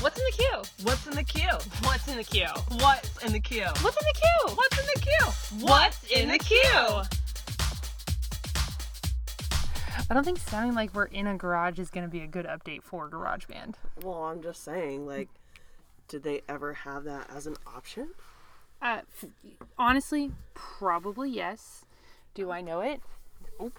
What's in the queue? What's in the queue? What's in the queue? What's in the queue? What's in the queue? What's in the queue? What's in the queue? I don't think sounding like we're in a garage is going to be a good update for GarageBand. Well, I'm just saying, like, did they ever have that as an option? Uh, f- honestly, probably yes. Do I know it? Oh. Nope.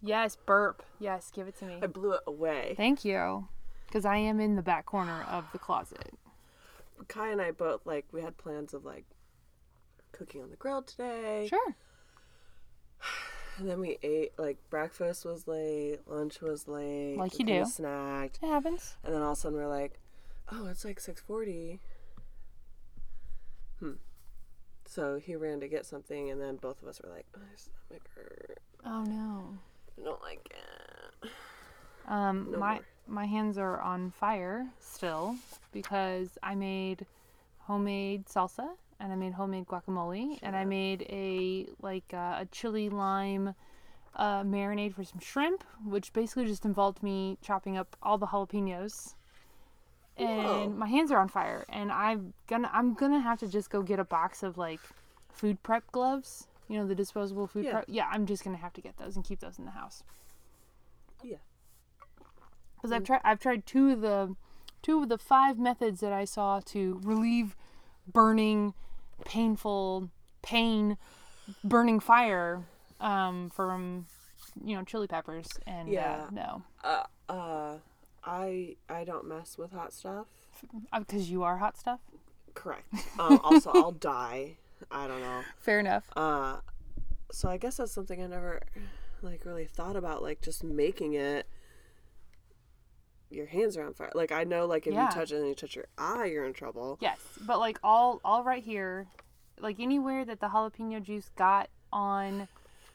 yes, burp. Yes, give it to me. I blew it away. Thank you. Because I am in the back corner of the closet. Kai and I both like we had plans of like cooking on the grill today, Sure. and then we ate like breakfast was late, lunch was late, Like we you kinda do. snacked, It happens. and then all of a sudden we're like, oh, it's like six forty. Hmm. So he ran to get something, and then both of us were like, my stomach hurt. Oh no. I don't like it. Um, my more. my hands are on fire still because I made homemade salsa and I made homemade guacamole and I made a like uh, a chili lime uh, marinade for some shrimp, which basically just involved me chopping up all the jalapenos. And Whoa. my hands are on fire, and I'm gonna I'm gonna have to just go get a box of like food prep gloves. You know the disposable food Yeah. prep. Yeah, I'm just gonna have to get those and keep those in the house. Yeah. because I've tried I've tried two of the two of the five methods that I saw to relieve burning, painful pain, burning fire um, from you know chili peppers, and Yeah. uh, no, Uh, uh, I I don't mess with hot stuff. because Uh, you are hot stuff. Correct. Um, also, I'll die. I don't know. Fair enough. Uh, so I guess that's something I never like really thought about, like just making it. Your hands are on fire. Like I know, like if Yeah. you touch it and you touch your eye, you're in trouble. Yes, but like all all right here, like anywhere that the jalapeno juice got on,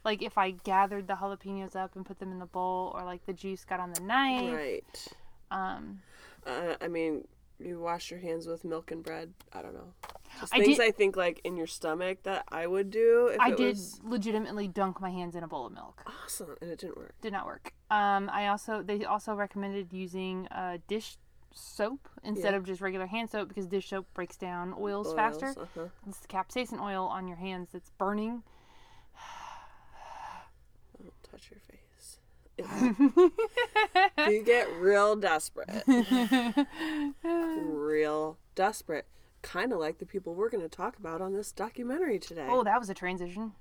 like if I gathered the jalapenos up and put them in the bowl, or like the juice got on the knife. Right. Um, Uh, I mean, you wash your hands with milk and bread. I don't know. Just I things did- I think like in your stomach that I would do. If I it did Was legitimately dunk my hands in a bowl of milk. awesome, and it didn't work. Did not work. Um, I also they also recommended using uh, dish soap instead Yeah. of just regular hand soap because dish soap breaks down oils, faster. Oils, uh-huh. It's the capsaicin oil on your hands that's burning. Don't touch your face. you get real desperate. real desperate. Kind of like the people we're going to talk about on this documentary today. Oh, that was a transition.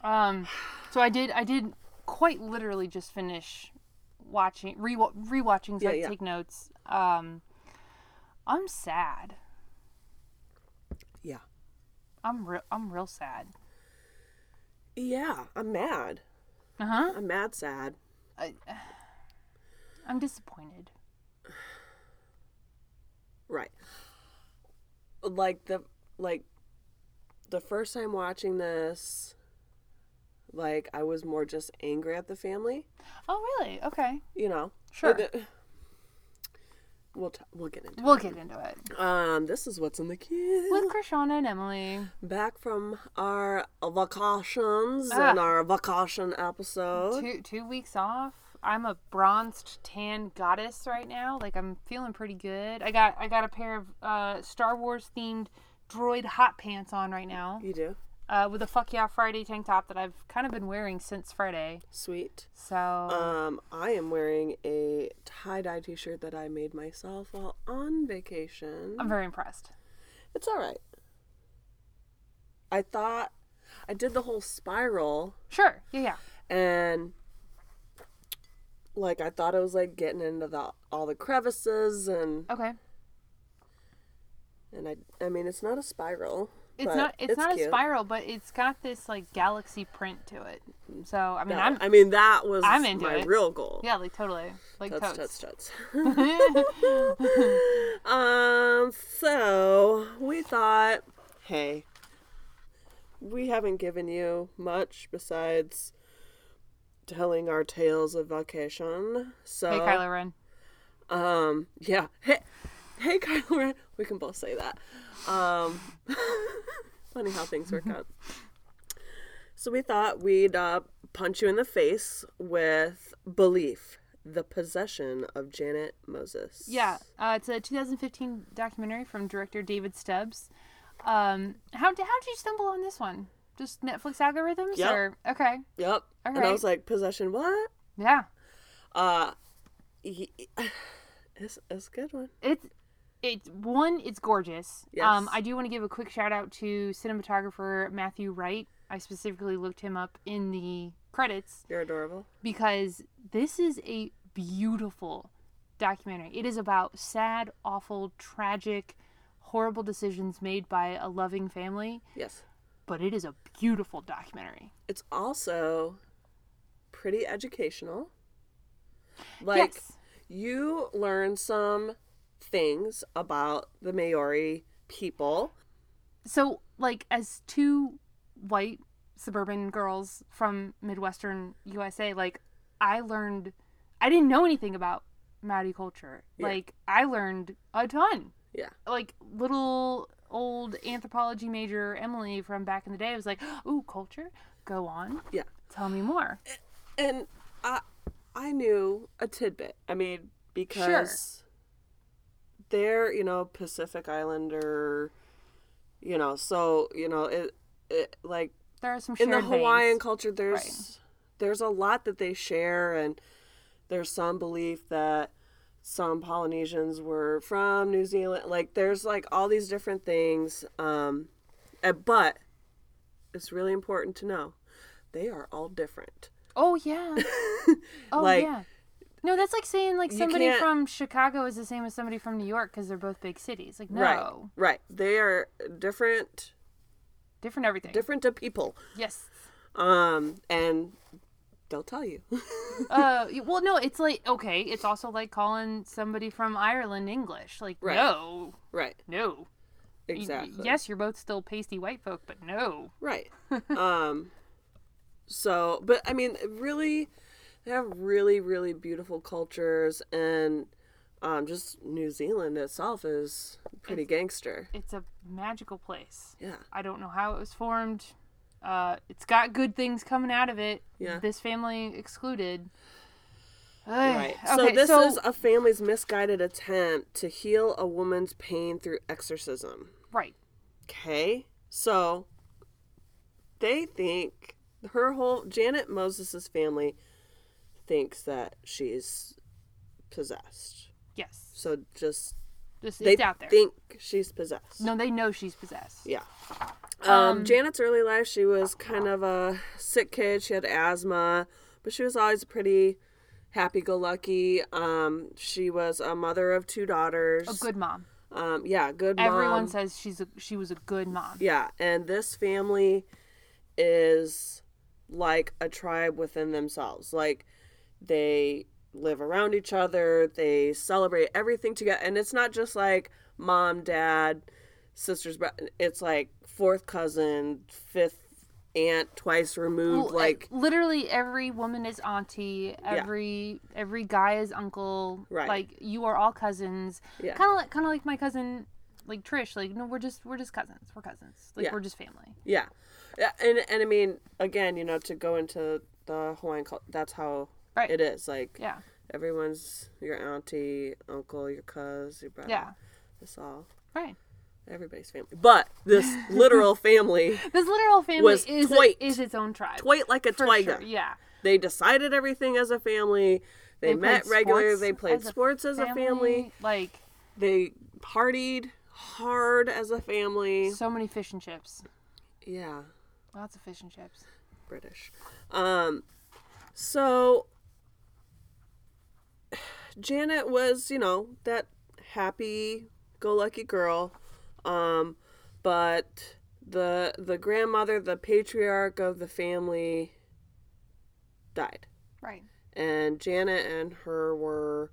Um, so I did I did quite literally just finish watching re rewatching so Yeah, I could yeah. take notes. Um, I'm sad. yeah. I'm real I'm real sad. Yeah, I'm mad. Uh huh. I'm mad sad. I, I'm disappointed. Right. Like the like the first time watching this like I was more just angry at the family, Oh, really? Okay. you know. Sure. But the- We'll t- we'll get into We'll get into it. it. Um this is what's in the queue. With Krishana and Emily. back from our vacations and Ah. our vacation episode. Two, two weeks off. I'm a bronzed tan goddess right now. Like I'm feeling pretty good. I got I got a pair of uh, Star Wars themed droid hot pants on right now. You do Uh, with a fuck yeah Friday tank top that I've kind of been wearing since Friday. sweet. So Um, I am wearing a tie dye T-shirt that I made myself while on vacation. I'm very impressed. It's all right. I thought I did the whole spiral Sure. Yeah, yeah. and like I thought it was like getting into the all the crevices and Okay. and I I mean it's not a spiral. It's but not it's, not a cute. spiral, but it's got this like galaxy print to it. So I mean No, I'm I mean that was I'm into my it. real goal. Yeah, like totally. Like Tuts, tuts, totes. tuts. um, so we thought, hey, we haven't given you much besides telling our tales of vacation. So, Hey, Kylo Ren. um, yeah, hey, hey, Kylo Ren. We can both say that. Um, funny how things work out. So we thought we'd uh, punch you in the face with Belief, The Possession of Janet Moses. Yeah, uh, it's a 2015 documentary from director David Stubbs. Um, how how did you stumble on this one? Just Netflix algorithms, Yep. or okay, Yep. and I right. was like, Possession what? yeah, Uh, he, it's, it's a good one. it's it's one, it's gorgeous. Yes. Um, I do want to give a quick shout out to cinematographer Matthew Wright. I specifically looked him up in the credits You're adorable. because this is a beautiful documentary. It is about sad, awful, tragic, horrible decisions made by a loving family. Yes. but it is a beautiful documentary. It's also pretty educational. Like, yes. you learn some things about the Maori people. So, like, as two white suburban girls from Midwestern USA, like, I learned, I didn't know anything about Maori culture. Yeah. Like, I learned a ton. Yeah. Like, little old anthropology major Emily from back in the day was like, ooh, culture? Go on. Yeah. Tell me more. And I I knew a tidbit. I mean, because they're, you know, Pacific Islander, you know, so, you know, it, it like There are some in shared the Hawaiian veins. culture there's there's a lot that they share and there's some belief that some Polynesians were from New Zealand like there's like all these different things um and- but it's really important to know they are all different Oh, yeah. Oh, like yeah. No, that's like saying like You somebody can't- from Chicago is the same as somebody from New York because they're both big cities. Like no, right right they are different different everything. different to people yes. um and they'll tell you Uh, y- well, no, it's like okay, it's also like calling somebody from Ireland English. Like Right. no, right no. Y- y- exactly Yes, you're both still pasty white folk, but no. Right. um so but I mean really they have really really beautiful cultures and um just New Zealand itself is pretty gangster. It's a magical place. Yeah. I don't know how it was formed. Uh, it's got good things coming out of it. Yeah. This family excluded. Ugh. Right. so Okay, this is a family's misguided attempt to heal a woman's pain through exorcism. right. Okay? So they think her whole Janet Moses's family thinks that she's possessed. Yes. So just This they it's out there. think she's possessed. No, they know she's possessed. Yeah. Um, Janet's early life, she was kind of a sick kid. She had asthma, but she was always pretty happy-go-lucky. Um, she was a mother of two daughters. A good mom. Um, yeah, good Everyone mom. says she's a, she was a good mom. Yeah, and this family is like a tribe within themselves. Like they live around each other, they celebrate everything together, and it's not just like mom, dad, sisters, but it's like fourth cousin, fifth aunt, twice removed. Well, like e- literally every woman is auntie, every every guy is uncle. Right. Like you are all cousins. Yeah. Kind of like kind of like my cousin like Trish, like no, we're just we're just cousins. We're cousins. Like Yeah. we're just family. yeah, Yeah, and and I mean again, you know, to go into the Hawaiian culture, that's how Right. it is. Uh-huh. Like Yeah. everyone's your auntie, uncle, your cuz, your brother. Yeah. It's all Right. everybody's family. But this literal family, This literal family Was is a- twit. is its own tribe. twite like a For twiga. sure. Yeah. They decided everything as a family. They, played met regular. sports They played as a sports as a family. Like They partied hard as a family. so many fish and chips. Yeah, Lots of fish and chips. British. Um, so Janet was, you know, that happy go lucky girl. Um, but the the grandmother, the patriarch of the family died. Right. and Janet and her were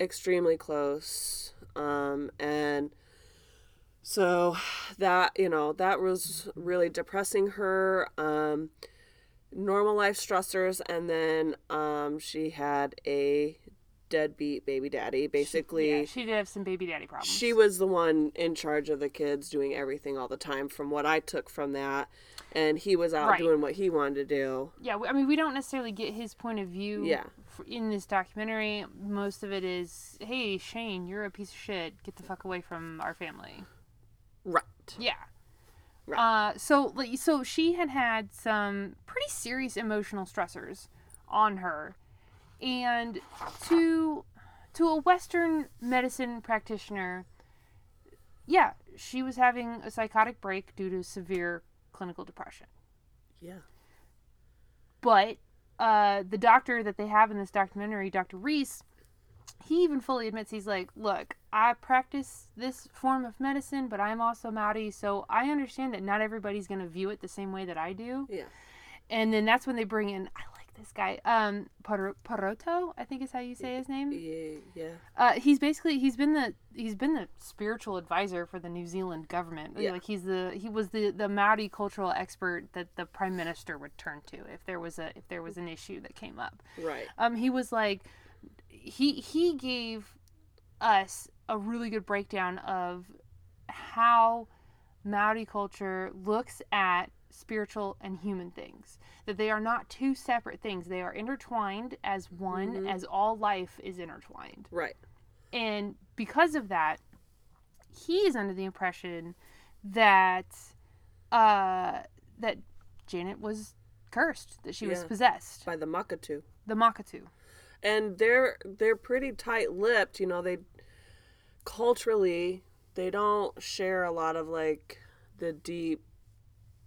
extremely close. Um, and so that, you know, that was really depressing her. Um, normal life stressors, and then um, she had a deadbeat baby daddy. Basically, Yeah, she did have some baby daddy problems. she was the one in charge of the kids doing everything all the time from what i took from that and he was out Right. doing what he wanted to do yeah, we- I mean, we don't necessarily get his point of view. Yeah. f- In this documentary, most of it is, "Hey, Shane, you're a piece of shit. Get the fuck away from our family." right Yeah. Right. Uh, so like, so she had had some pretty serious emotional stressors on her, and to to a Western medicine practitioner, yeah, she was having a psychotic break due to severe clinical depression. yeah But uh, the doctor that they have in this documentary, Dr. Reese, he even fully admits he's like, look, I practice this form of medicine, but I'm also Maori, so I understand that not everybody's going to view it the same way that I do. yeah And then that's when they bring in, I like this guy, um, Paro- Paroto, I think is how you say his name. yeah yeah Uh, he's basically he's been the he's been the spiritual advisor for the New Zealand government. Yeah. Like he's the he was the the Maori cultural expert that the prime minister would turn to if there was a if there was an issue that came up. right Um, he was like he he gave us a really good breakdown of how Maori culture looks at spiritual and human things. That they are not two separate things. They are intertwined as one, as all life is intertwined. right And because of that, he is under the impression that uh, that Janet was cursed, that she was Yeah. possessed. by the makatu The Makatu. and they're they're pretty tight-lipped you know they culturally they don't share a lot of like the deep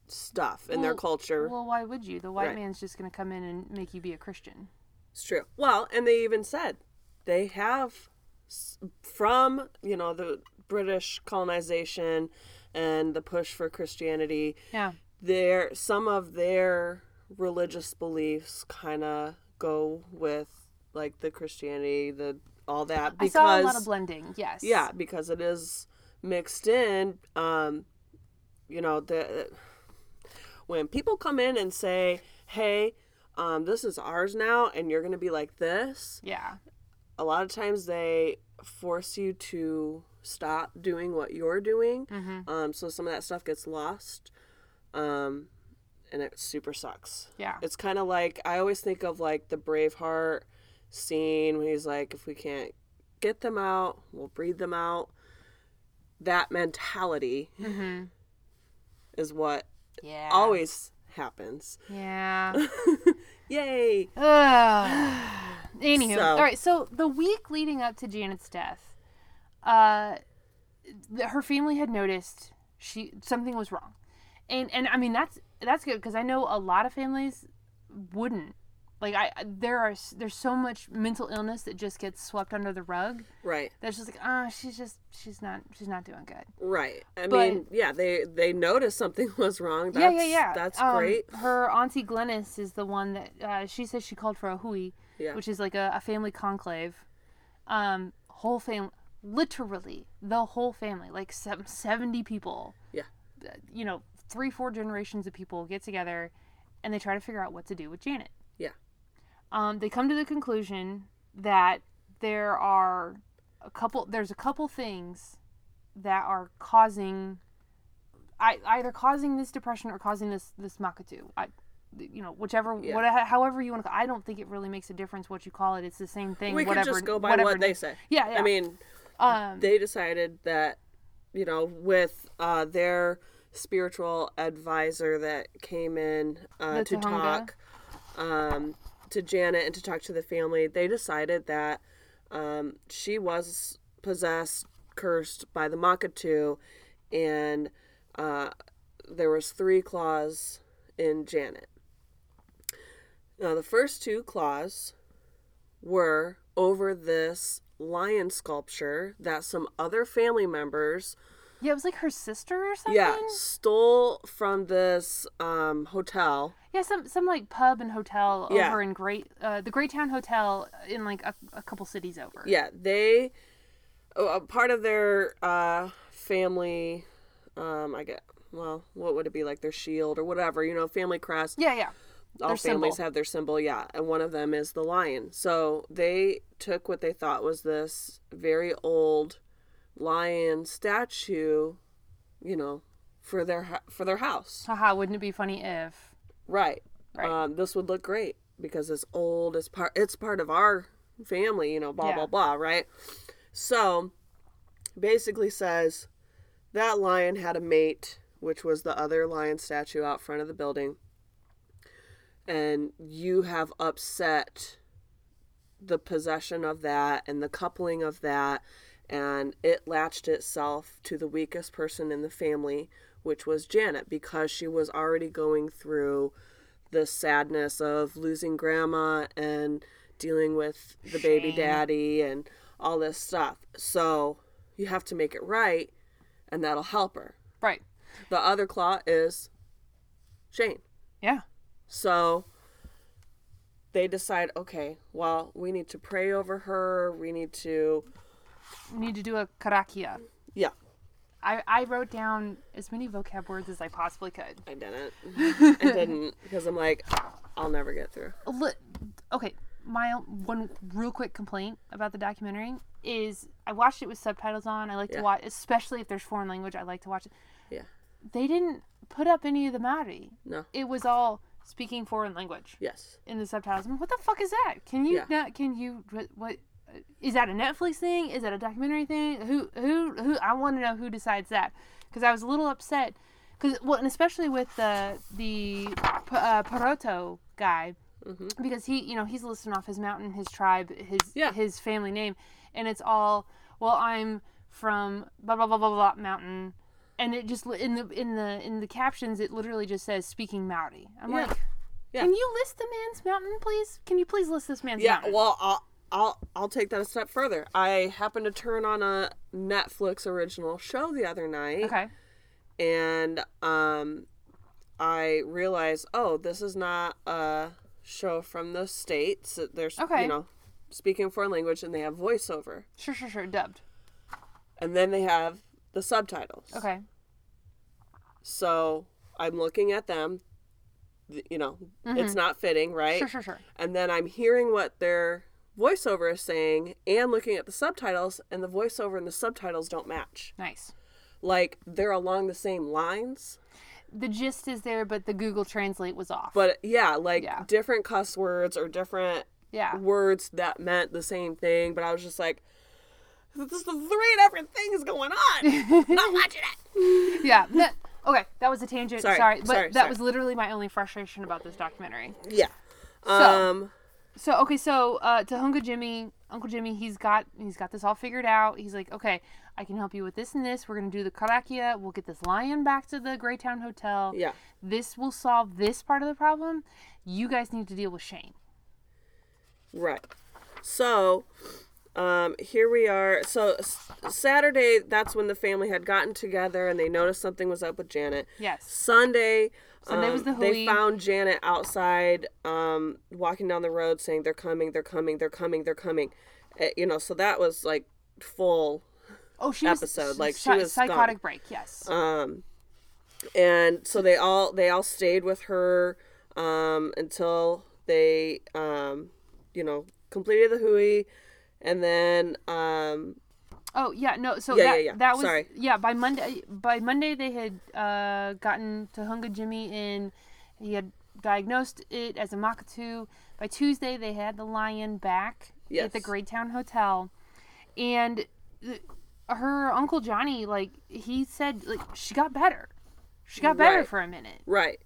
stuff in their Well- culture Well, why would you? The white Right. man's just going to come in and make you be a Christian. It's true. Well, and they even said they have s- from you know the British colonization and the push for Christianity. Yeah. Their some of their religious beliefs kind of go with like the Christianity, the all that because I saw a lot of blending. Yes. yeah, because it is mixed in. Um, you know, the when people come in and say, "Hey, um, this is ours now, and you're gonna be like this," Yeah. a lot of times they force you to stop doing what you're doing. Um, so some of that stuff gets lost, um, and it super sucks. Yeah. It's kind of like I always think of like the Braveheart scene when he's like, if we can't get them out, we'll breed them out. That mentality is what Yeah. always happens. Yeah. Yay! Ugh. Anywho, So- all right. So the week leading up to Janet's death, uh, th- her family had noticed she something was wrong, and and I mean that's that's good because I know a lot of families wouldn't like I I- there are s- there's so much mental illness that just gets swept under the rug. Right, That's just like ah, she's just she's not she's not doing good. right. I But- mean, yeah, they they noticed something was wrong. That's, yeah, yeah, yeah. That's Um, great. Her auntie Glennis is the one that uh, she says she called for a hui, Yeah. which is like a, a family conclave. Um, whole family, literally the whole family, like some seventy people. Yeah. uh, You know, three four generations of people get together, and they try to figure out what to do with Janet. Yeah. Um, they come to the conclusion that there are a couple. There's a couple things that are causing I, either causing this depression or causing this this makatu. I, you know, whichever, Yeah. what, however you want to. I don't think it really makes a difference what you call it. It's the same thing. We whatever, could just go by whatever what they name- say. Yeah, yeah. I mean, um, they decided that you know with uh, their spiritual advisor that came in uh, The to Tohunga. talk um, to janet and to talk to the family they decided that um, she was possessed cursed by the makatu and uh, there was three claws in janet now the first two claws were over this lion sculpture that some other family members yeah, it was like her sister or something. yeah stole from this um hotel Yeah, some some like pub and hotel Yeah. over in Great, uh, the Greytown Hotel in like a, a couple cities over. yeah they oh, a part of their uh family um i get well what would it be like their shield or whatever you know family crest yeah, yeah. all Their families symbol. have their symbol yeah and one of them is the lion so they took what they thought was this very old lion statue you know for their hu- for their house Haha, wouldn't it be funny if? right, Right. Um, this would look great because it's old it's part it's part of our family you know blah Yeah. blah blah right so basically says that lion had a mate which was the other lion statue out front of the building and you have upset the possession of that and the coupling of that and it latched itself to the weakest person in the family which was janet because she was already going through the sadness of losing grandma and dealing with the baby daddy and all this stuff so you have to make it right and that'll help her Right. the other claw is shane Yeah. so they decide, okay, well, we need to pray over her. We need to, We need to do a karakia. yeah, I, I wrote down as many vocab words as I possibly could. I didn't. I didn't because I'm like, I'll never get through. Li- Okay, my one real quick complaint about the documentary is I watched it with subtitles on. I like to watch, especially if there's foreign language, I like to watch it. Yeah, They didn't put up any of the Maori. no, It was all speaking foreign language yes, in the subtitles. I'm like, what the fuck is that? Can you Yeah. not? Can you what- what? Is that a Netflix thing? Is that a documentary thing? Who who who? I want to know who decides that because I was a little upset because well, and especially with the the P- uh, Paroto guy because he you know he's listing off his mountain, his tribe, his Mm-hmm. Yeah. his family name, and it's all well I'm from blah blah blah blah blah mountain. And it just li- in the in the in the captions, it literally just says "speaking Maori." I'm Yeah. like, Yeah. can you list the man's mountain, please? Can you please list this man's yeah. mountain? Well, I'll. I'll, I'll take that a step further. I happened to turn on a Netflix original show the other night. okay. and um, I realized, oh, this is not a show from the states. They're Okay. you know speaking foreign language, and they have voiceover, Sure, sure, sure. Dubbed. and then they have the subtitles. Okay. So I'm looking at them. th- You know, it's not fitting, right? Mm-hmm. Sure, sure, sure. And then I'm hearing what their voiceover is saying and looking at the subtitles, and the voiceover and the subtitles don't match. Nice. Like they're along the same lines. The gist is there, but the Google Translate was off. But yeah, like Yeah. different cuss words or different yeah. words that meant the same thing. But I was just like, this is three different things going on. Not watching it. yeah. that- okay, that was a tangent. Sorry, Sorry, but sorry, that sorry. was literally my only frustration about this documentary. Yeah. So- Um. So okay, so uh, to Hunka Jimmy, Uncle Jimmy, he's got he's got this all figured out. He's like, okay, I can help you with this and this. We're gonna do the karakia. We'll get this lion back to the Greytown Hotel. Yeah. This will solve this part of the problem. You guys need to deal with Shane. Right. So, um, here we are. So s- Saturday, that's when the family had gotten together and they noticed something was up with Janet. Yes. Sunday, Sunday was um, the they Hui. found Janet outside, um, walking down the road, saying they're coming, they're coming, they're coming, they're coming. Eh, you know, so that was like full Oh, she episode, was like, she psy- was gone. psychotic break. Yes. and so they all they all stayed with her um, until they um, you know completed the hui and then um, oh yeah, no. So Yeah, that, yeah, yeah. that was Sorry. yeah. By Monday, by Monday they had uh, gotten to Hunga Jimmy in. He had diagnosed it as a Makatu. By Tuesday, they had the lion back at the Yes. Greytown Hotel, and th- her uncle Johnny, like he said, like she got better. She got better Right. for a minute. right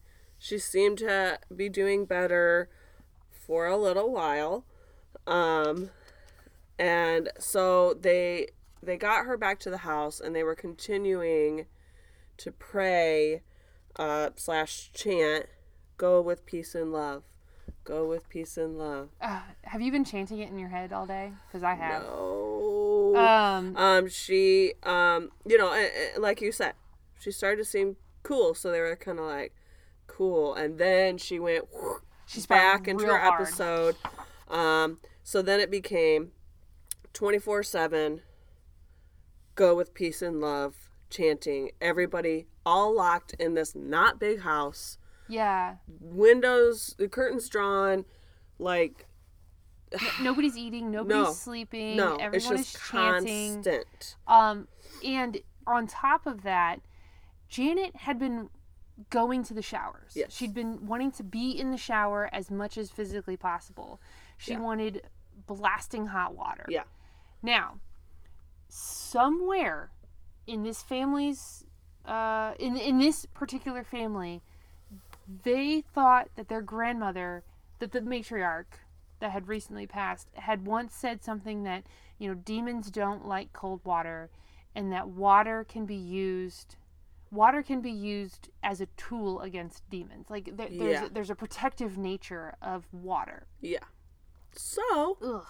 she seemed to be doing better for a little while um, and so they they got her back to the house and they were continuing to pray uh, slash chant go with peace and love go with peace and love Uh, have you been chanting it in your head all day? Because I have. No. Um, um, she, um, you know, a- a- like you said, she started to seem cool, so they were kind of like, cool. And then she went She's back into her hard. episode. Um, so then it became 24 7, go with peace and love, chanting, everybody all locked in this not big house Yeah. windows, the curtains drawn, like Nobody's eating. Nobody's No. sleeping. no, Everyone it's is just chanting. constant. Um, and on top of that, Janet had been going to the showers. Yes. She'd been wanting to be in the shower as much as physically possible. She wanted blasting hot water. Yeah. Now, somewhere in this family's uh, in in this particular family, they thought that their grandmother, that the matriarch that had recently passed, had once said something that you know demons don't like cold water, and that water can be used. Water can be used as a tool against demons. Like there, there's Yeah. a, there's a protective nature of water. Yeah. So Ugh.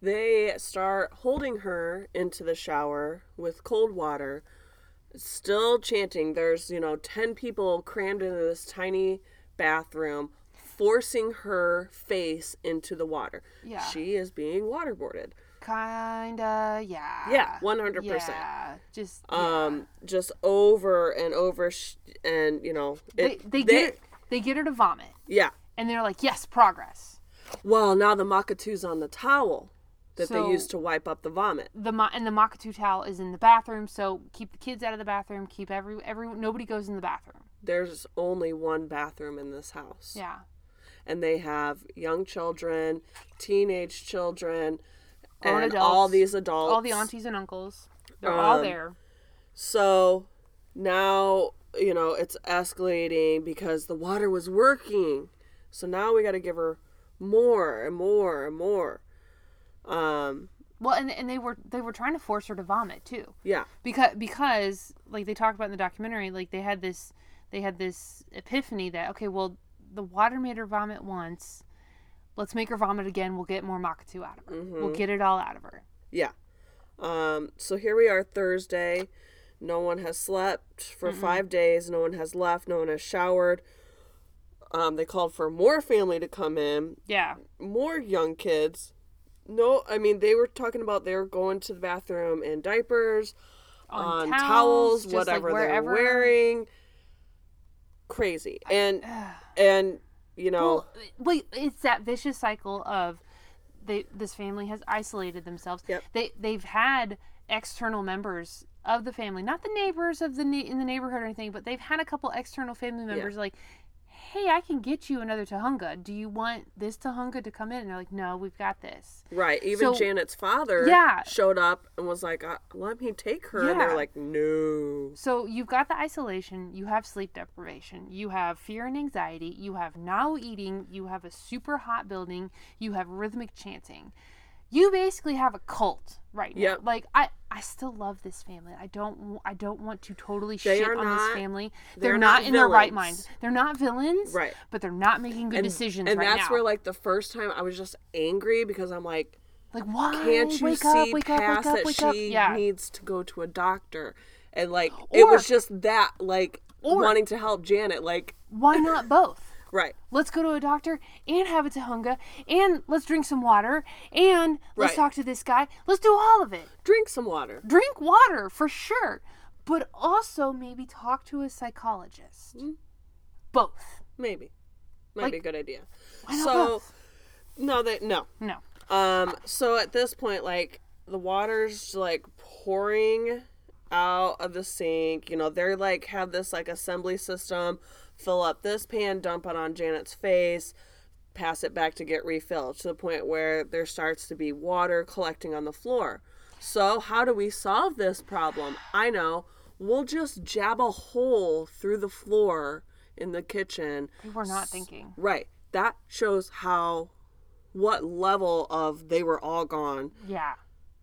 they start holding her into the shower with cold water, still chanting. There's, you know, 10 people crammed into this tiny bathroom, forcing her face into the water. Yeah. She is being waterboarded. Kinda. Yeah. Yeah, 100%. Yeah. Just. Um, just over and over, sh- and you know, they, it, they get her- they get her to vomit, yeah. and they're like, "Yes, progress." Well, now the Makatu's on the towel that So- they use to wipe up the vomit. The mo- and the Makatu towel is in the bathroom, so keep the kids out of the bathroom. Keep every every nobody goes in the bathroom. There's only one bathroom in this house. Yeah, and they have young children, teenage children, Grown and adults. all these adults. all the aunties and uncles, they're all Um, there. So now, you know, it's escalating because the water was working. So now we got to give her more and more and more. Um, Well, and and they were they were trying to force her to vomit too. yeah. because because like they talked about in the documentary like they had this they had this epiphany that okay well the water made her vomit once let's make her vomit again we'll get more makatu out of her Mm-hmm. we'll get it all out of her Yeah. Um, so here we are Thursday. No one has slept for five days. No one has left. No one has showered. Um, they called for more family to come in. yeah more young kids. No, I mean they were talking about they were going to the bathroom in diapers, on, towels, just, like, whatever they're wherever. wearing. Crazy. And and you know, Well, wait, it's that vicious cycle of they this family has isolated themselves. Yep. They they've had external members of the family, not the neighbors of the ne- in the neighborhood or anything, but they've had a couple external family members like, "Hey, I can get you another tahunga. Do you want this tahunga to come in?" And they're like, "No, we've got this." right, even so- Janet's father Yeah. showed up and was like, uh, "Let me take her." And Yeah. they're like, "No." So you've got the isolation, you have sleep deprivation, you have fear and anxiety, you have now eating, you have a super hot building, you have rhythmic chanting. You basically have a cult right now. Yep. Like I, I still love this family. I don't, w- I don't want to totally They shit are on this not- family. They're, they're not, not in their right villains. mind. They're not villains, Right. But they're not making good decisions and right that's now. where like the first time I was just angry because I'm like, like why? can't you Oh, wake see up, wake up, past wake up, that wake she up. Yeah. needs to go to a doctor? And like it Or- was just that like Or- wanting to help Janet, like why not both? right, let's go to a doctor and have a tahunga and let's drink some water and let's Right. talk to this guy. Let's do all of it. drink some water. Drink water for sure, but also maybe talk to a psychologist. Both. Maybe. Might be a good idea. not So both? no they no. No. Um so at this point, like the water's like pouring out of the sink. You know, they're like have this like assembly system, fill up this pan, dump it on Janet's face, pass it back to get refilled to the point where there starts to be water collecting on the floor. So, how do we solve this problem? I know. We'll just jab a hole through the floor in the kitchen. We were not thinking. Right. That shows how what level of they were all gone. Yeah.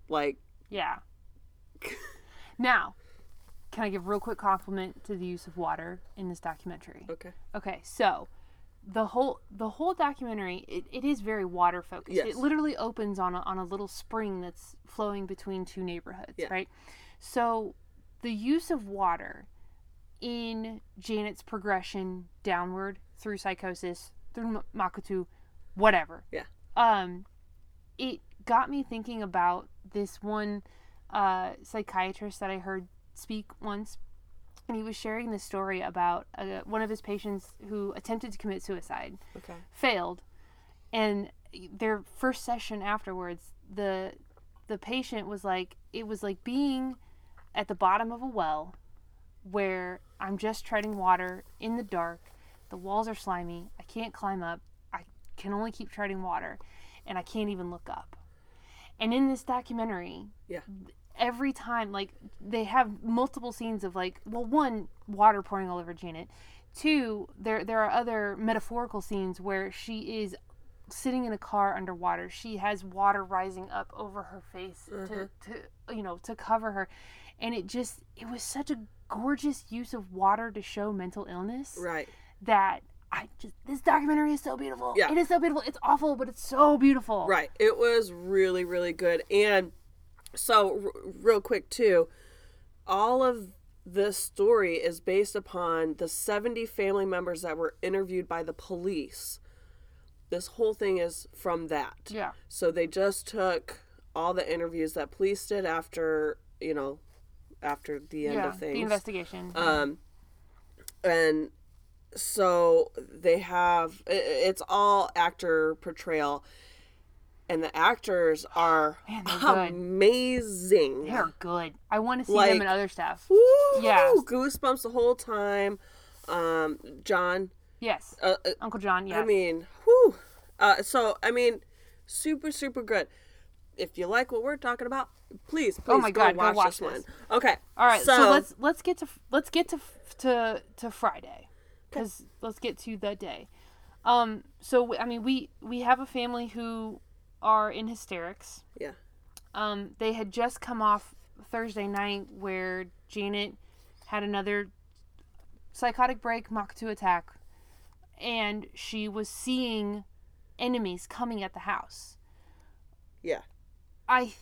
Like Yeah. now, can I give real quick compliment to the use of water in this documentary? okay. Okay, so the whole the whole documentary it, it is very water focused. Yes. It literally opens on a, on a little spring that's flowing between two neighborhoods, Yeah. right? So the use of water in Janet's progression downward through psychosis, through M- Makutu, whatever. Yeah. Um it got me thinking about this one uh psychiatrist that I heard speak once and he was sharing the story about uh, one of his patients who attempted to commit suicide, Okay. failed, and their first session afterwards, the the patient was like, it was like being at the bottom of a well, where I'm just treading water in the dark, the walls are slimy, I can't climb up, I can only keep treading water, and I can't even look up. And in this documentary, Yeah. every time like they have multiple scenes of like well one water pouring all over Janet two there there are other metaphorical scenes where she is sitting in a car underwater she has water rising up over her face Mm-hmm. to, to you know to cover her and it just it was such a gorgeous use of water to show mental illness Right. that I just this documentary is so beautiful Yeah. it is so beautiful it's awful but it's so beautiful Right. It was really, really good. And so, r- real quick, too, all of this story is based upon the 70 family members that were interviewed by the police. This whole thing is from that. yeah So they just took all the interviews that police did after, you know, after the end yeah of the things. investigation Um, and so they have i- i- it's all actor portrayal, and the actors are Man, they're good. amazing. They are good. I want to see Like- them in other stuff. Woo! Yeah. goosebumps the whole time. Um, John, Yes, uh, uh, Uncle John. Yes. I mean, whew. Uh, so I mean, super, super good. If you like what we're talking about, please, please Oh my go, God, go watch watch this, one. this. Okay. All right. So, let's let's get to let's get to to to Friday, because let's get to the day. Um. So I mean, we we have a family who are in hysterics. yeah, Um. They had just come off Thursday night where Janet had another psychotic break, Mach two attack, and she was seeing enemies coming at the house. yeah, I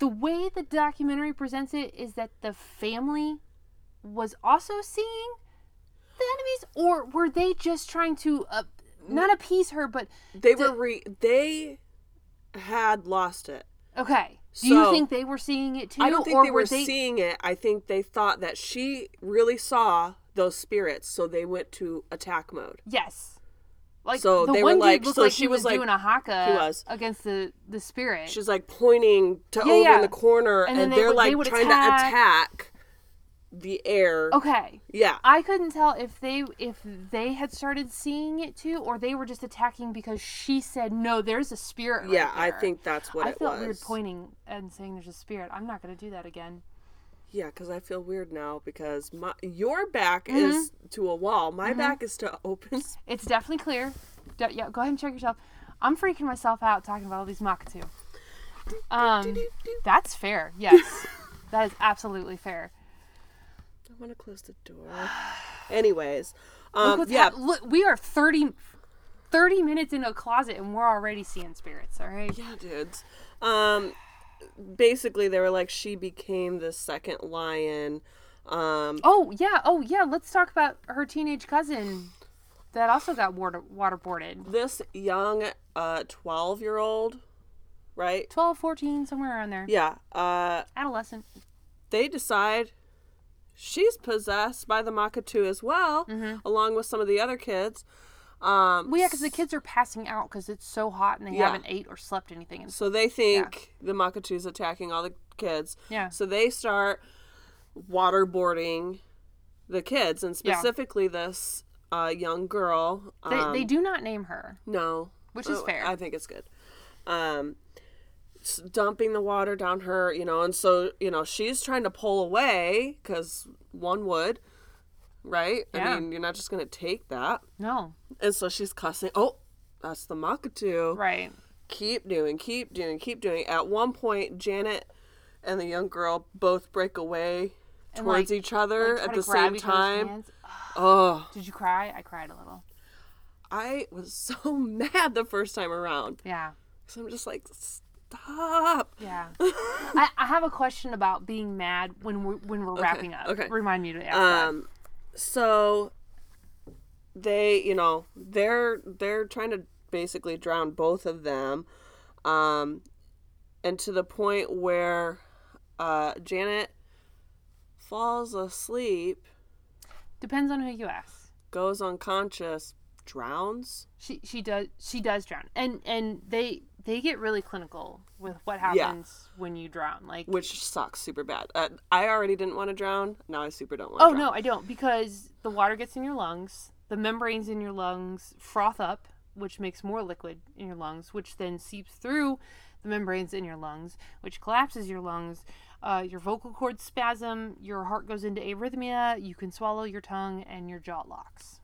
the way the documentary presents it is that the family was also seeing the enemies or were they just trying to uh, not appease her but they were re- they had lost it. okay do you So- think they were seeing it too I don't think or they were were seeing it. I think they thought that she really saw those spirits, so they went to attack mode. yes like So the they were one like- dude looked so like she he was, was like- doing a haka he was. against the the spirit She's like pointing to Yeah, over yeah. in the corner, And and, then they they're would- they like would trying to attack. attack the air. okay Yeah, I couldn't tell if they if they had started seeing it too, or they were just attacking because she said no. There's a spirit. right yeah. I there." think that's what I it felt was. weird pointing and saying there's a spirit. I'm not gonna do that again. Yeah, because I feel weird now because my your back Mm-hmm. is to a wall, my back is to open. sp- It's definitely clear. De- yeah, go ahead and check yourself. I'm freaking myself out talking about all these Makatu. Um, that's fair. Yes, that is absolutely fair. I want to close the door. Anyways, Look um, what's yeah, hap- look, we are 30, 30 minutes in a closet and we're already seeing spirits. All right. Yeah, dudes. Um, basically, they were like, she became the second lion. Um, Oh yeah. Oh yeah. Let's talk about her teenage cousin that also got water waterboarded. this young uh 12 year old, right? 12, 14, somewhere around there. Yeah. Uh, Adolescent. they decide she's possessed by the Makatu as well, along with some of the other kids. Um, Well, yeah, because the kids are passing out because it's so hot and they Yeah. haven't ate or slept anything. And So they think the Makatu's attacking all the kids. Yeah. So they start waterboarding the kids, and Yeah. specifically this uh, young girl. they, Um, they do not name her, no, which is Uh, fair. I think it's good. Um, s- dumping the water down her, you know, and so you know she's trying to pull away because one would, right? I Yeah. mean, you're not just gonna take that, no, and so she's cussing. Oh, that's the Makatu right? keep doing, keep doing, keep doing. At one point, Janet and the young girl both break away And, towards like- each other Like, try at to the grab same each other's time. hands. Oh, Did you cry? I cried a little. I was so mad the first time around. Yeah, So I'm just like, stop. yeah. I, I have a question about being mad when we're when we're wrapping up. okay. Remind me to ask that. Um, so they, you know, they're they're trying to basically drown both of them, um, and to the point where uh, Janet falls asleep Depends on who you ask. Goes unconscious, drowns. She she does she does drown, and and they they get really clinical with what happens when you drown. Like which sucks super bad. Uh, I already didn't want to drown. Now I super don't want. Oh no, I don't because the water gets in your lungs, the membranes in your lungs froth up, which makes more liquid in your lungs, which then seeps through the membranes in your lungs, which collapses your lungs. Uh, your vocal cords spasm, your heart goes into arrhythmia, you can swallow your tongue, and your jaw locks.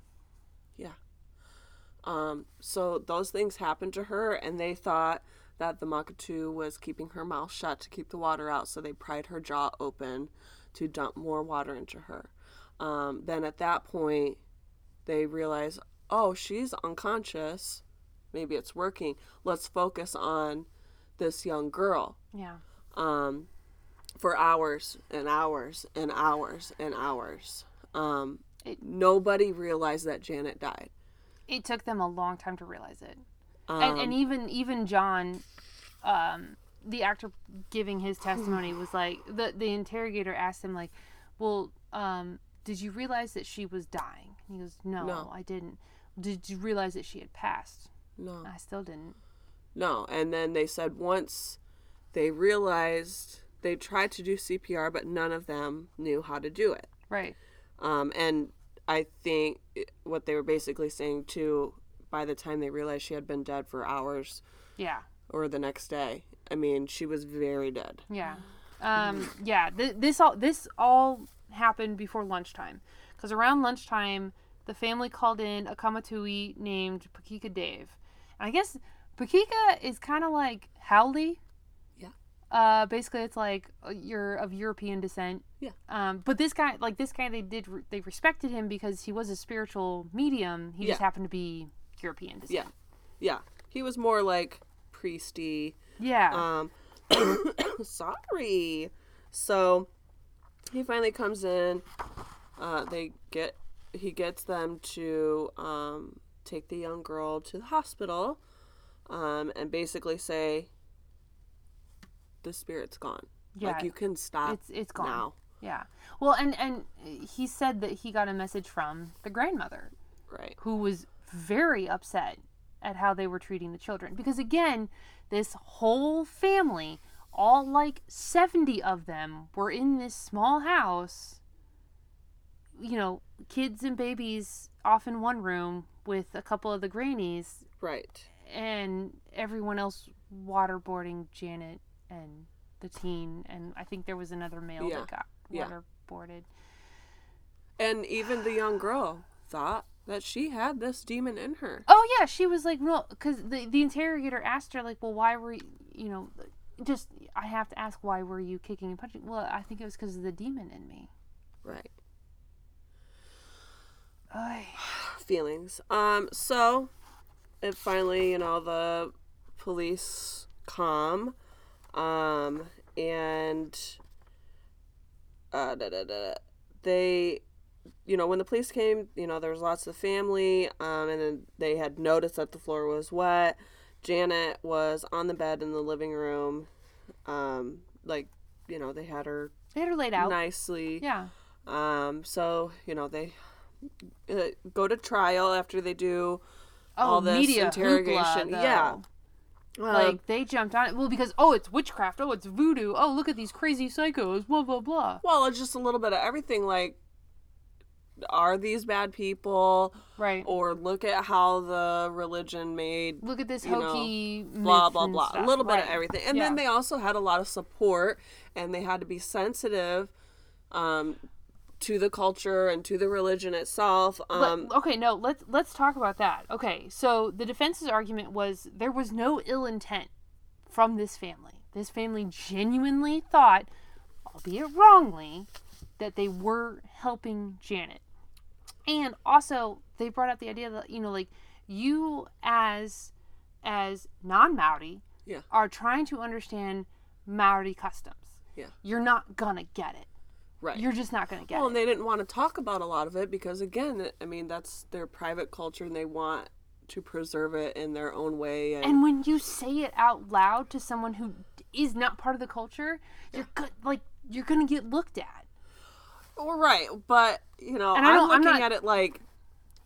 Yeah. Um. So those things happened to her, and they thought that the Makatu was keeping her mouth shut to keep the water out. So they pried her jaw open to dump more water into her. Um. Then at that point, they realize, oh, she's unconscious. Maybe it's working. Let's focus on this young girl. Yeah. um, for hours and hours and hours and hours. Um, It- nobody realized that Janet died. It took them a long time to realize it. and, Um, and even even John, um, the actor giving his testimony was like the the interrogator asked him like, well, um, did you realize that she was dying? And he goes, no, No. I didn't. Did you realize that she had passed? No, I still didn't. no. And then they said once they realized they tried to do CPR, but none of them knew how to do it. Right. Um, and I think it- what they were basically saying too, by the time they realized she had been dead for hours Yeah. or the next day, I mean, she was very dead. Yeah. Um, yeah. Th- this all this all happened before lunchtime, because around lunchtime the family called in a kamatui named Pakika Dave, and I guess Pakika is kind of like Howley. Yeah. Uh, basically, it's like uh, you're of European descent. Yeah. Um, but this guy, like this guy, they did re- they respected him because he was a spiritual medium. He just Yeah. happened to be European Yeah, descent. yeah. He was more like priesty. Yeah. Um, sorry. So he finally comes in. Uh, they get he gets them to um, take the young girl to the hospital, um, and basically say the spirit's gone. Yeah. Like you can stop. it's it's gone. Uh, now. Yeah. Well, and and he said that he got a message from the grandmother Right. who was very upset at how they were treating the children because again, this whole family, all like 70 of them were in this small house. You know, kids and babies off in one room with a couple of the grannies Right. and everyone else waterboarding Janet and the teen, and I think there was another male Yeah. that got Yeah. waterboarded. And even the young girl thought that she had this demon in her. Oh yeah, she was like, no, because the the interrogator asked her like, well, why were you, you know, just I have to ask why were you kicking and punching? Well, I think it was because of the demon in me. Right. Ay. feelings. Um, so it finally, you know, the police come, um, and uh, da, da, da, da. they, you know, when the police came, you know, there was lots of family, um, and then they had noticed that the floor was wet. Janet was on the bed in the living room, um, like, you know, they had her They had her laid out. nicely. Yeah, Um, so you know they uh, go to trial after they do oh, all this media interrogation. hoopla, though. yeah, Um, like they jumped on it. Well, because oh, it's witchcraft. Oh, it's voodoo. Oh, look at these crazy psychos. Blah blah blah. well, it's just a little bit of everything. Like, are these bad people? Right. Or look at how the religion made look at this you know, hokey blah myth blah and blah. stuff. A little bit of Right. everything, and then Yeah. they also had a lot of support, and they had to be sensitive. Um, to the culture and to the religion itself. But- Um, okay, no, let's let's talk about that. Okay, so the defense's argument was there was no ill intent from this family. This family genuinely thought, albeit wrongly, that they were helping Janet. And also, they brought up the idea that you know, like you as as non Maori Yeah. are trying to understand Maori customs. Yeah. You're not gonna get it. right. You're just not gonna get Well, it. and they didn't want to talk about a lot of it because, again, th- I mean, that's their private culture and they want to preserve it in their own way. And, And when you say it out loud to someone who is not part of the culture, you're good. Like you're gonna get looked at. Well, right, but you know, And I I'm don't- I'm looking at not- it like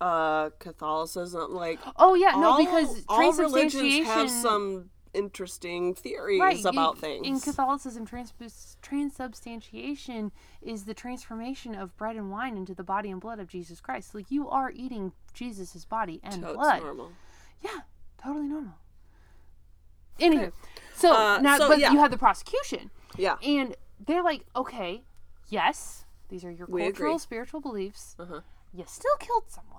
uh Catholicism, like Oh yeah, no, all, because all religions have transubstantiation- some interesting theories right, you- about In things. Catholicism, trans- transubstantiation is the transformation of bread and wine into the body and blood of Jesus Christ. Like you are eating Jesus' body and so it's blood. normal. Yeah, totally normal. Anywho, so Uh, now, so, but yeah. you have the prosecution, Yeah. and they're like, okay, yes, these are your We cultural, agree. spiritual beliefs. Uh-huh. You still killed someone.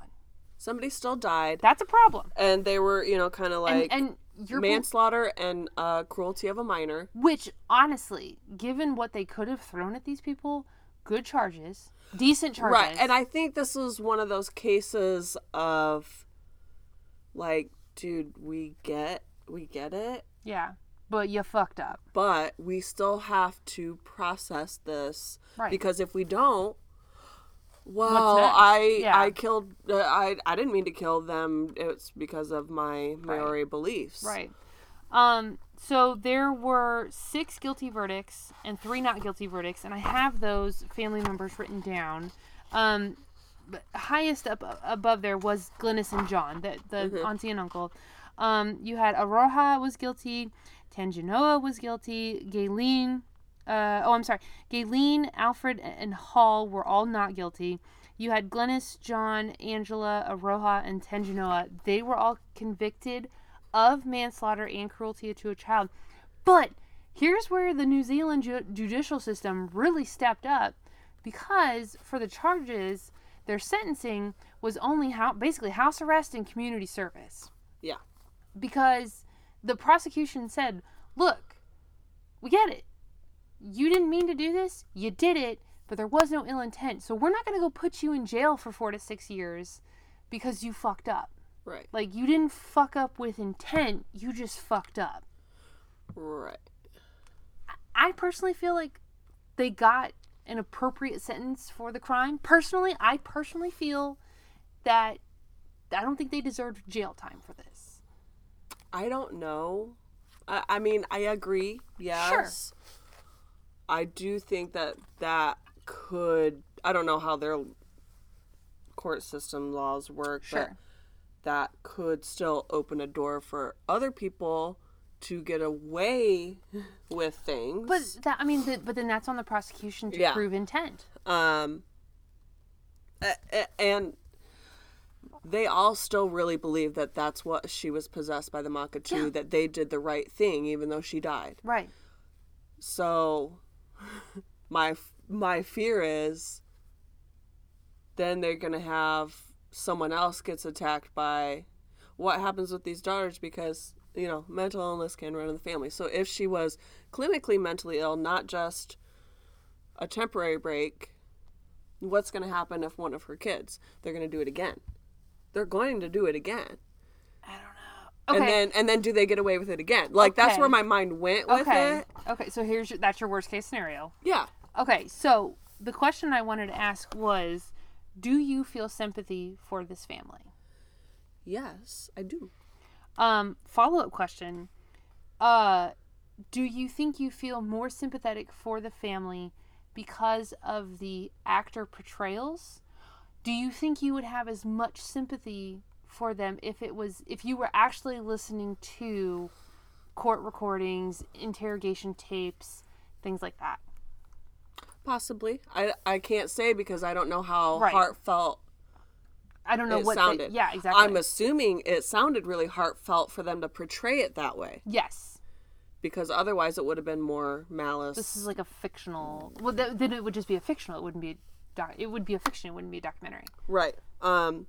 Somebody still died That's a problem. and they were, you know, kind of like and and your bel- manslaughter and uh cruelty of a minor. Which, honestly, given what they could have thrown at these people, good charges, decent charges. Right. And I think this was one of those cases of like dude, we get we get it. yeah, but you fucked up. but we still have to process this Right. because if we don't well next? i Yeah. i killed uh, i i didn't mean to kill them it's because of my maori beliefs Right. Um. So there were six guilty verdicts and three not guilty verdicts, and I have those family members written down. Um, but highest up above there was Glynis and John, the, the auntie and uncle. Um, you had Aroha was guilty, Tangenoa was guilty, Galen. Uh, oh, I'm sorry. Galen, Alfred, and Hall were all not guilty. You had Glennis, John, Angela, Aroha, and Tangenoa. They were all convicted of manslaughter and cruelty to a child. But here's where the New Zealand ju- judicial system really stepped up because for the charges, their sentencing was only how basically house arrest and community service yeah because the prosecution said, "Look, we get it. You didn't mean to do this. You did it, but there was no ill intent. So we're not going to go put you in jail for 4 to 6 years because you fucked up. right Like you didn't fuck up with intent. You just fucked up." right I personally feel like they got an appropriate sentence for the crime. Personally, I personally feel that I don't think they deserved jail time for this. i don't know i, I mean i agree yes i do think that that could i don't know how their court system laws work but that could still open a door for other people to get away with things. But that I mean, the, but then that's on the prosecution to Yeah. prove intent. um, a- a- and they all still really believe that that's what she was possessed by the Makatu, Yeah. that they did the right thing, even though she died. Right. So my f- my fear is then they're going to have someone else gets attacked by what happens with these daughters because you know mental illness can run in the family. So if she was clinically mentally ill, not just a temporary break, what's going to happen if one of her kids? They're going to do it again. They're going to do it again. Okay. And then and then do they get away with it again? Like that's Okay. where my mind went with okay. it. Okay. So here's your, that's your worst case scenario. Yeah. Okay. So the question I wanted to ask was, do you feel sympathy for this family? Yes, I do. Um, follow up question. Uh, do you think you feel more sympathetic for the family because of the actor portrayals? Do you think you would have as much sympathy for them if it was if you were actually listening to court recordings, interrogation tapes, things like that? Possibly. I, I can't say because I don't know how Right. heartfelt I don't know it what the- sounded. yeah, exactly. I'm assuming it sounded really heartfelt for them to portray it that way yes. because otherwise it would have been more malice. This is like a fictional. Well, th- then it would just be a fictional. It wouldn't be a doc- it would be a fiction. It wouldn't be a documentary. right. Um,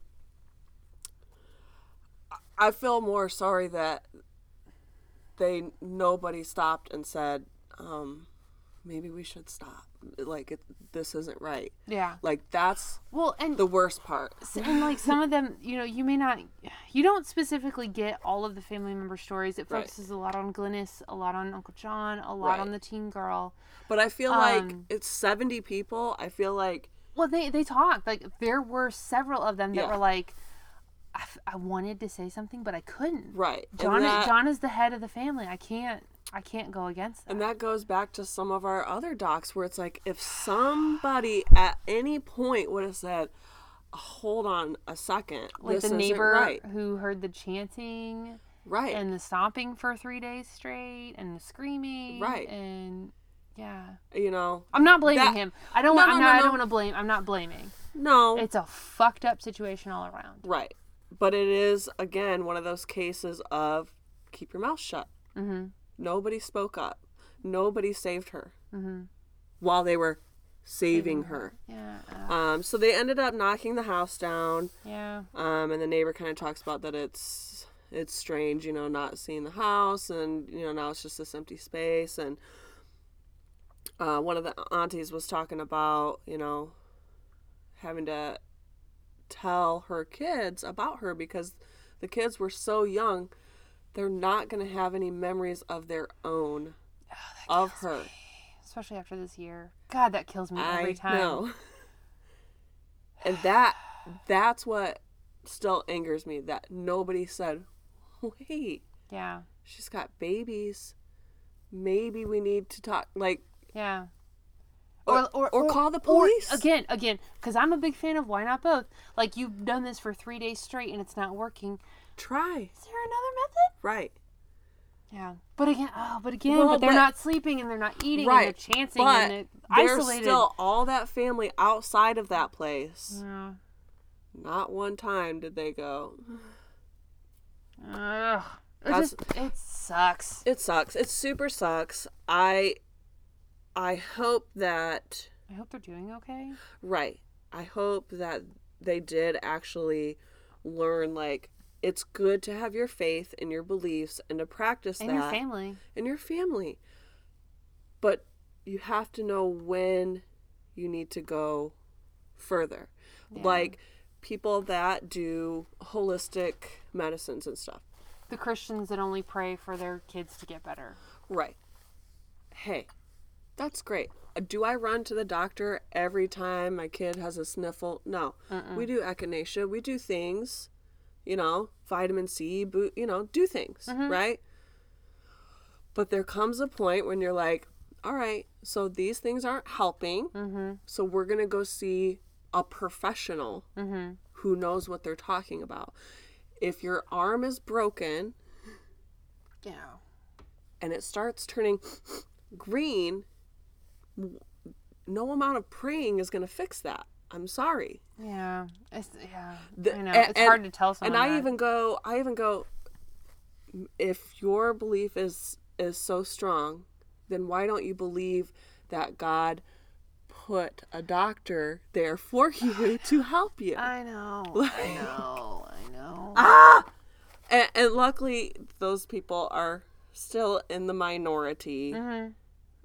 I- I feel more sorry that they nobody stopped and said, um, maybe we should stop. Like it, this isn't right. Yeah. Like that's Well, and the worst part. S- and like some of them you know you may not you don't specifically get all of the family member stories it Right. focuses a lot on glennis a lot on uncle john a lot Right. on the teen girl But I feel like Um, it's 70 people. I feel like well they they talked like there were several of them that Yeah. were like I, f- I wanted to say something but i couldn't Right. and john that- john is the head of the family i can't I can't go against that. And that goes back to some of our other docs where it's like if somebody at any point would have said, "Hold on a second, Like this the isn't neighbor right, who heard the chanting right, and the stomping for three days straight and the screaming. Right. And yeah. you know, I'm not blaming That- him. I don't No, want no, I'm no, not, I no. don't want to blame. I'm not blaming. no, It's a fucked up situation all around. right." But it is again one of those cases of keep your mouth shut. Mhm. Nobody spoke up. Nobody saved her while they were saving her. mm-hmm. Yeah. uh, Um, so they ended up knocking the house down. yeah. Um, and the neighbor kind of talks about that it's it's strange, you know, not seeing the house, and you know now it's just this empty space. And uh, one of the aunties was talking about you know having to tell her kids about her because the kids were so young, they're not going to have any memories of their own of her. Especially after this year. God, that kills me every I time. know. And that that's what still angers me that nobody said, "Wait, Yeah. she's got babies. Maybe we need to talk like Yeah. or or, call the police." again, again, because I'm a big fan of why not both. Like you've done this for three days straight and it's not working. Try. Is there another method? Right. Yeah, but again, oh, but again, Well, but they're but- not sleeping and they're not eating right. and they're chancing but and they're there's isolated. still all that family outside of that place. Yeah. Not one time did they go. Ugh. It That's- just it sucks. It sucks. It super sucks. I I hope that I hope they're doing okay. Right. I hope that they did actually learn like it's good to have your faith and your beliefs and to practice And that your family. and your family. But you have to know when you need to go further. Like people that do holistic medicines and stuff. The Christians that only pray for their kids to get better. Right. Hey, that's great. Uh, Do I run to the doctor every time my kid has a sniffle? No. We do echinacea. We do things, you know, vitamin C, boot, you know, do things, right? But there comes a point when you're like, all right, so these things aren't helping. So we're going to go see a professional who knows what they're talking about. If your arm is broken, Yeah. and it starts turning green, no amount of praying is going to fix that. I'm sorry. Yeah. It's yeah. The- I know. a- it's and- hard to tell someone. And I that. even go, I even go, if your belief is is so strong, then why don't you believe that God put a doctor there for you to help you? I know. I know. I know. Ah! and, and luckily, those people are still in the minority Mm-hmm.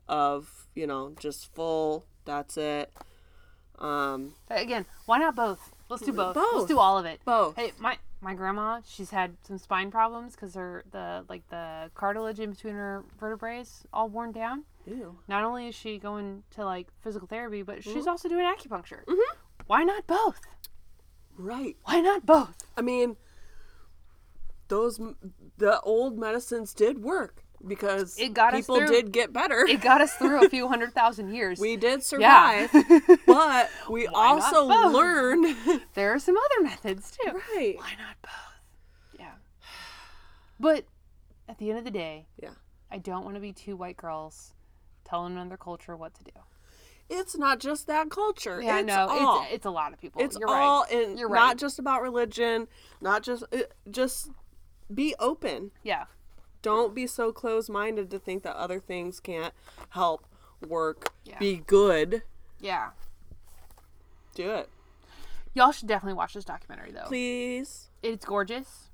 of you know just full. That's it. Um, Again, why not both? Let's do both. Both. Let's do all of it. Both. Hey, my my grandma, she's had some spine problems because her the like the cartilage in between her vertebrae is all worn down. Ew. Not only is she going to like physical therapy, but Mm-hmm. she's also doing acupuncture. Why not both? Right. Why not both? I mean, those m- the old medicines did work because It got us people through. did get better. It got us through a few hundred thousand years. we did Yeah. survive, but we not also both? learned. there are some other methods too. right. Why not both? Yeah. But at the end of the day, Yeah. I don't want to be two white girls telling another culture what to do. It's not just that culture. Yeah, it's I know. All. It's it's a lot of people. It's You're all right. in You're not right. just about religion, not just it, just be open. yeah. Don't be so closed-minded to think that other things can't help, work, Yeah. be good. Yeah. Do it. Y'all should definitely watch this documentary though. Please. It's gorgeous.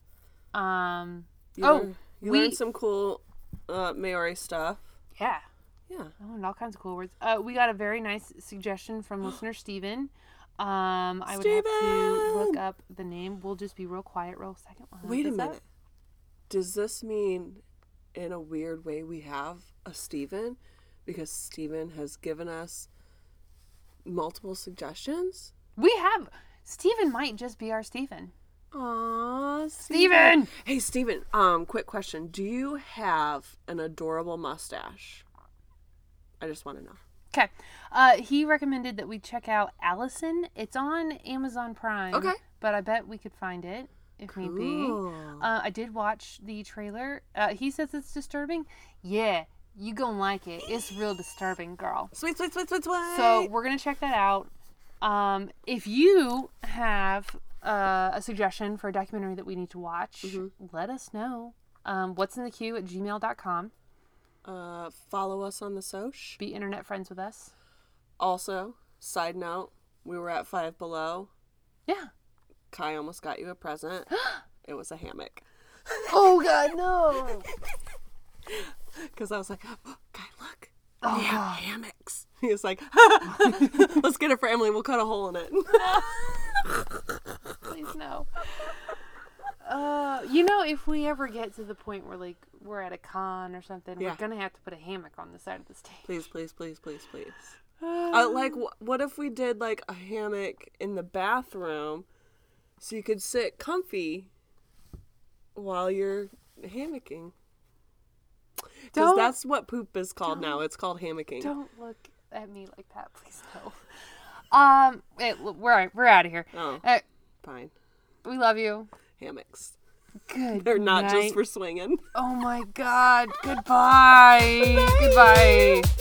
Um You Oh, learn- you we- learned some cool uh, Maori stuff. yeah. Yeah. I learned Oh, all kinds of cool words. Uh, we got a very nice suggestion from listener Steven. Um I would have to look Steven! up the name. We'll just be real quiet real second while I look Wait a this up. minute. Does this mean, in a weird way, we have a Steven? Because Steven has given us multiple suggestions? We have Steven might just be our Steven. Aw, Steven! Hey, Steven, um, quick question. Do you have an adorable mustache? I just want to know. Okay. Uh, he recommended that we check out Allison. It's on Amazon Prime. Okay. But I bet we could find it if need be. Uh, I did watch the trailer. Uh, he says it's disturbing. Yeah, you gonna like it. It's real disturbing, girl. Sweet, sweet, sweet, sweet, sweet. So we're gonna check that out. Um, if you have uh, a suggestion for a documentary that we need to watch, let us know. Um, what's in the queue at gmail.com. uh, follow us on the Soch. Be internet friends with us. Also, side note, we were at Five Below. Yeah. Kai almost got you a present. it was a hammock. Oh God, no. Because I was like, oh, Kai, look. they have hammocks. He was like, let's get it for Emily. We'll cut a hole in it. Please no. Uh, you know, if we ever get to the point where like we're at a con or something, Yeah. we're gonna have to put a hammock on the side of the stage. please, please, please, please, please. Uh, like, wh- what if we did like a hammock in the bathroom, so you could sit comfy while you're hammocking? Because Don't- that's what poop is called now. It's called hammocking. Don't look at me like that, please no. Um, wait, l- we're we're out of here. Oh. Uh, Fine, we love you. hammocks. Good. They're not just night. for swinging. Oh my God. Goodbye. Goodbye.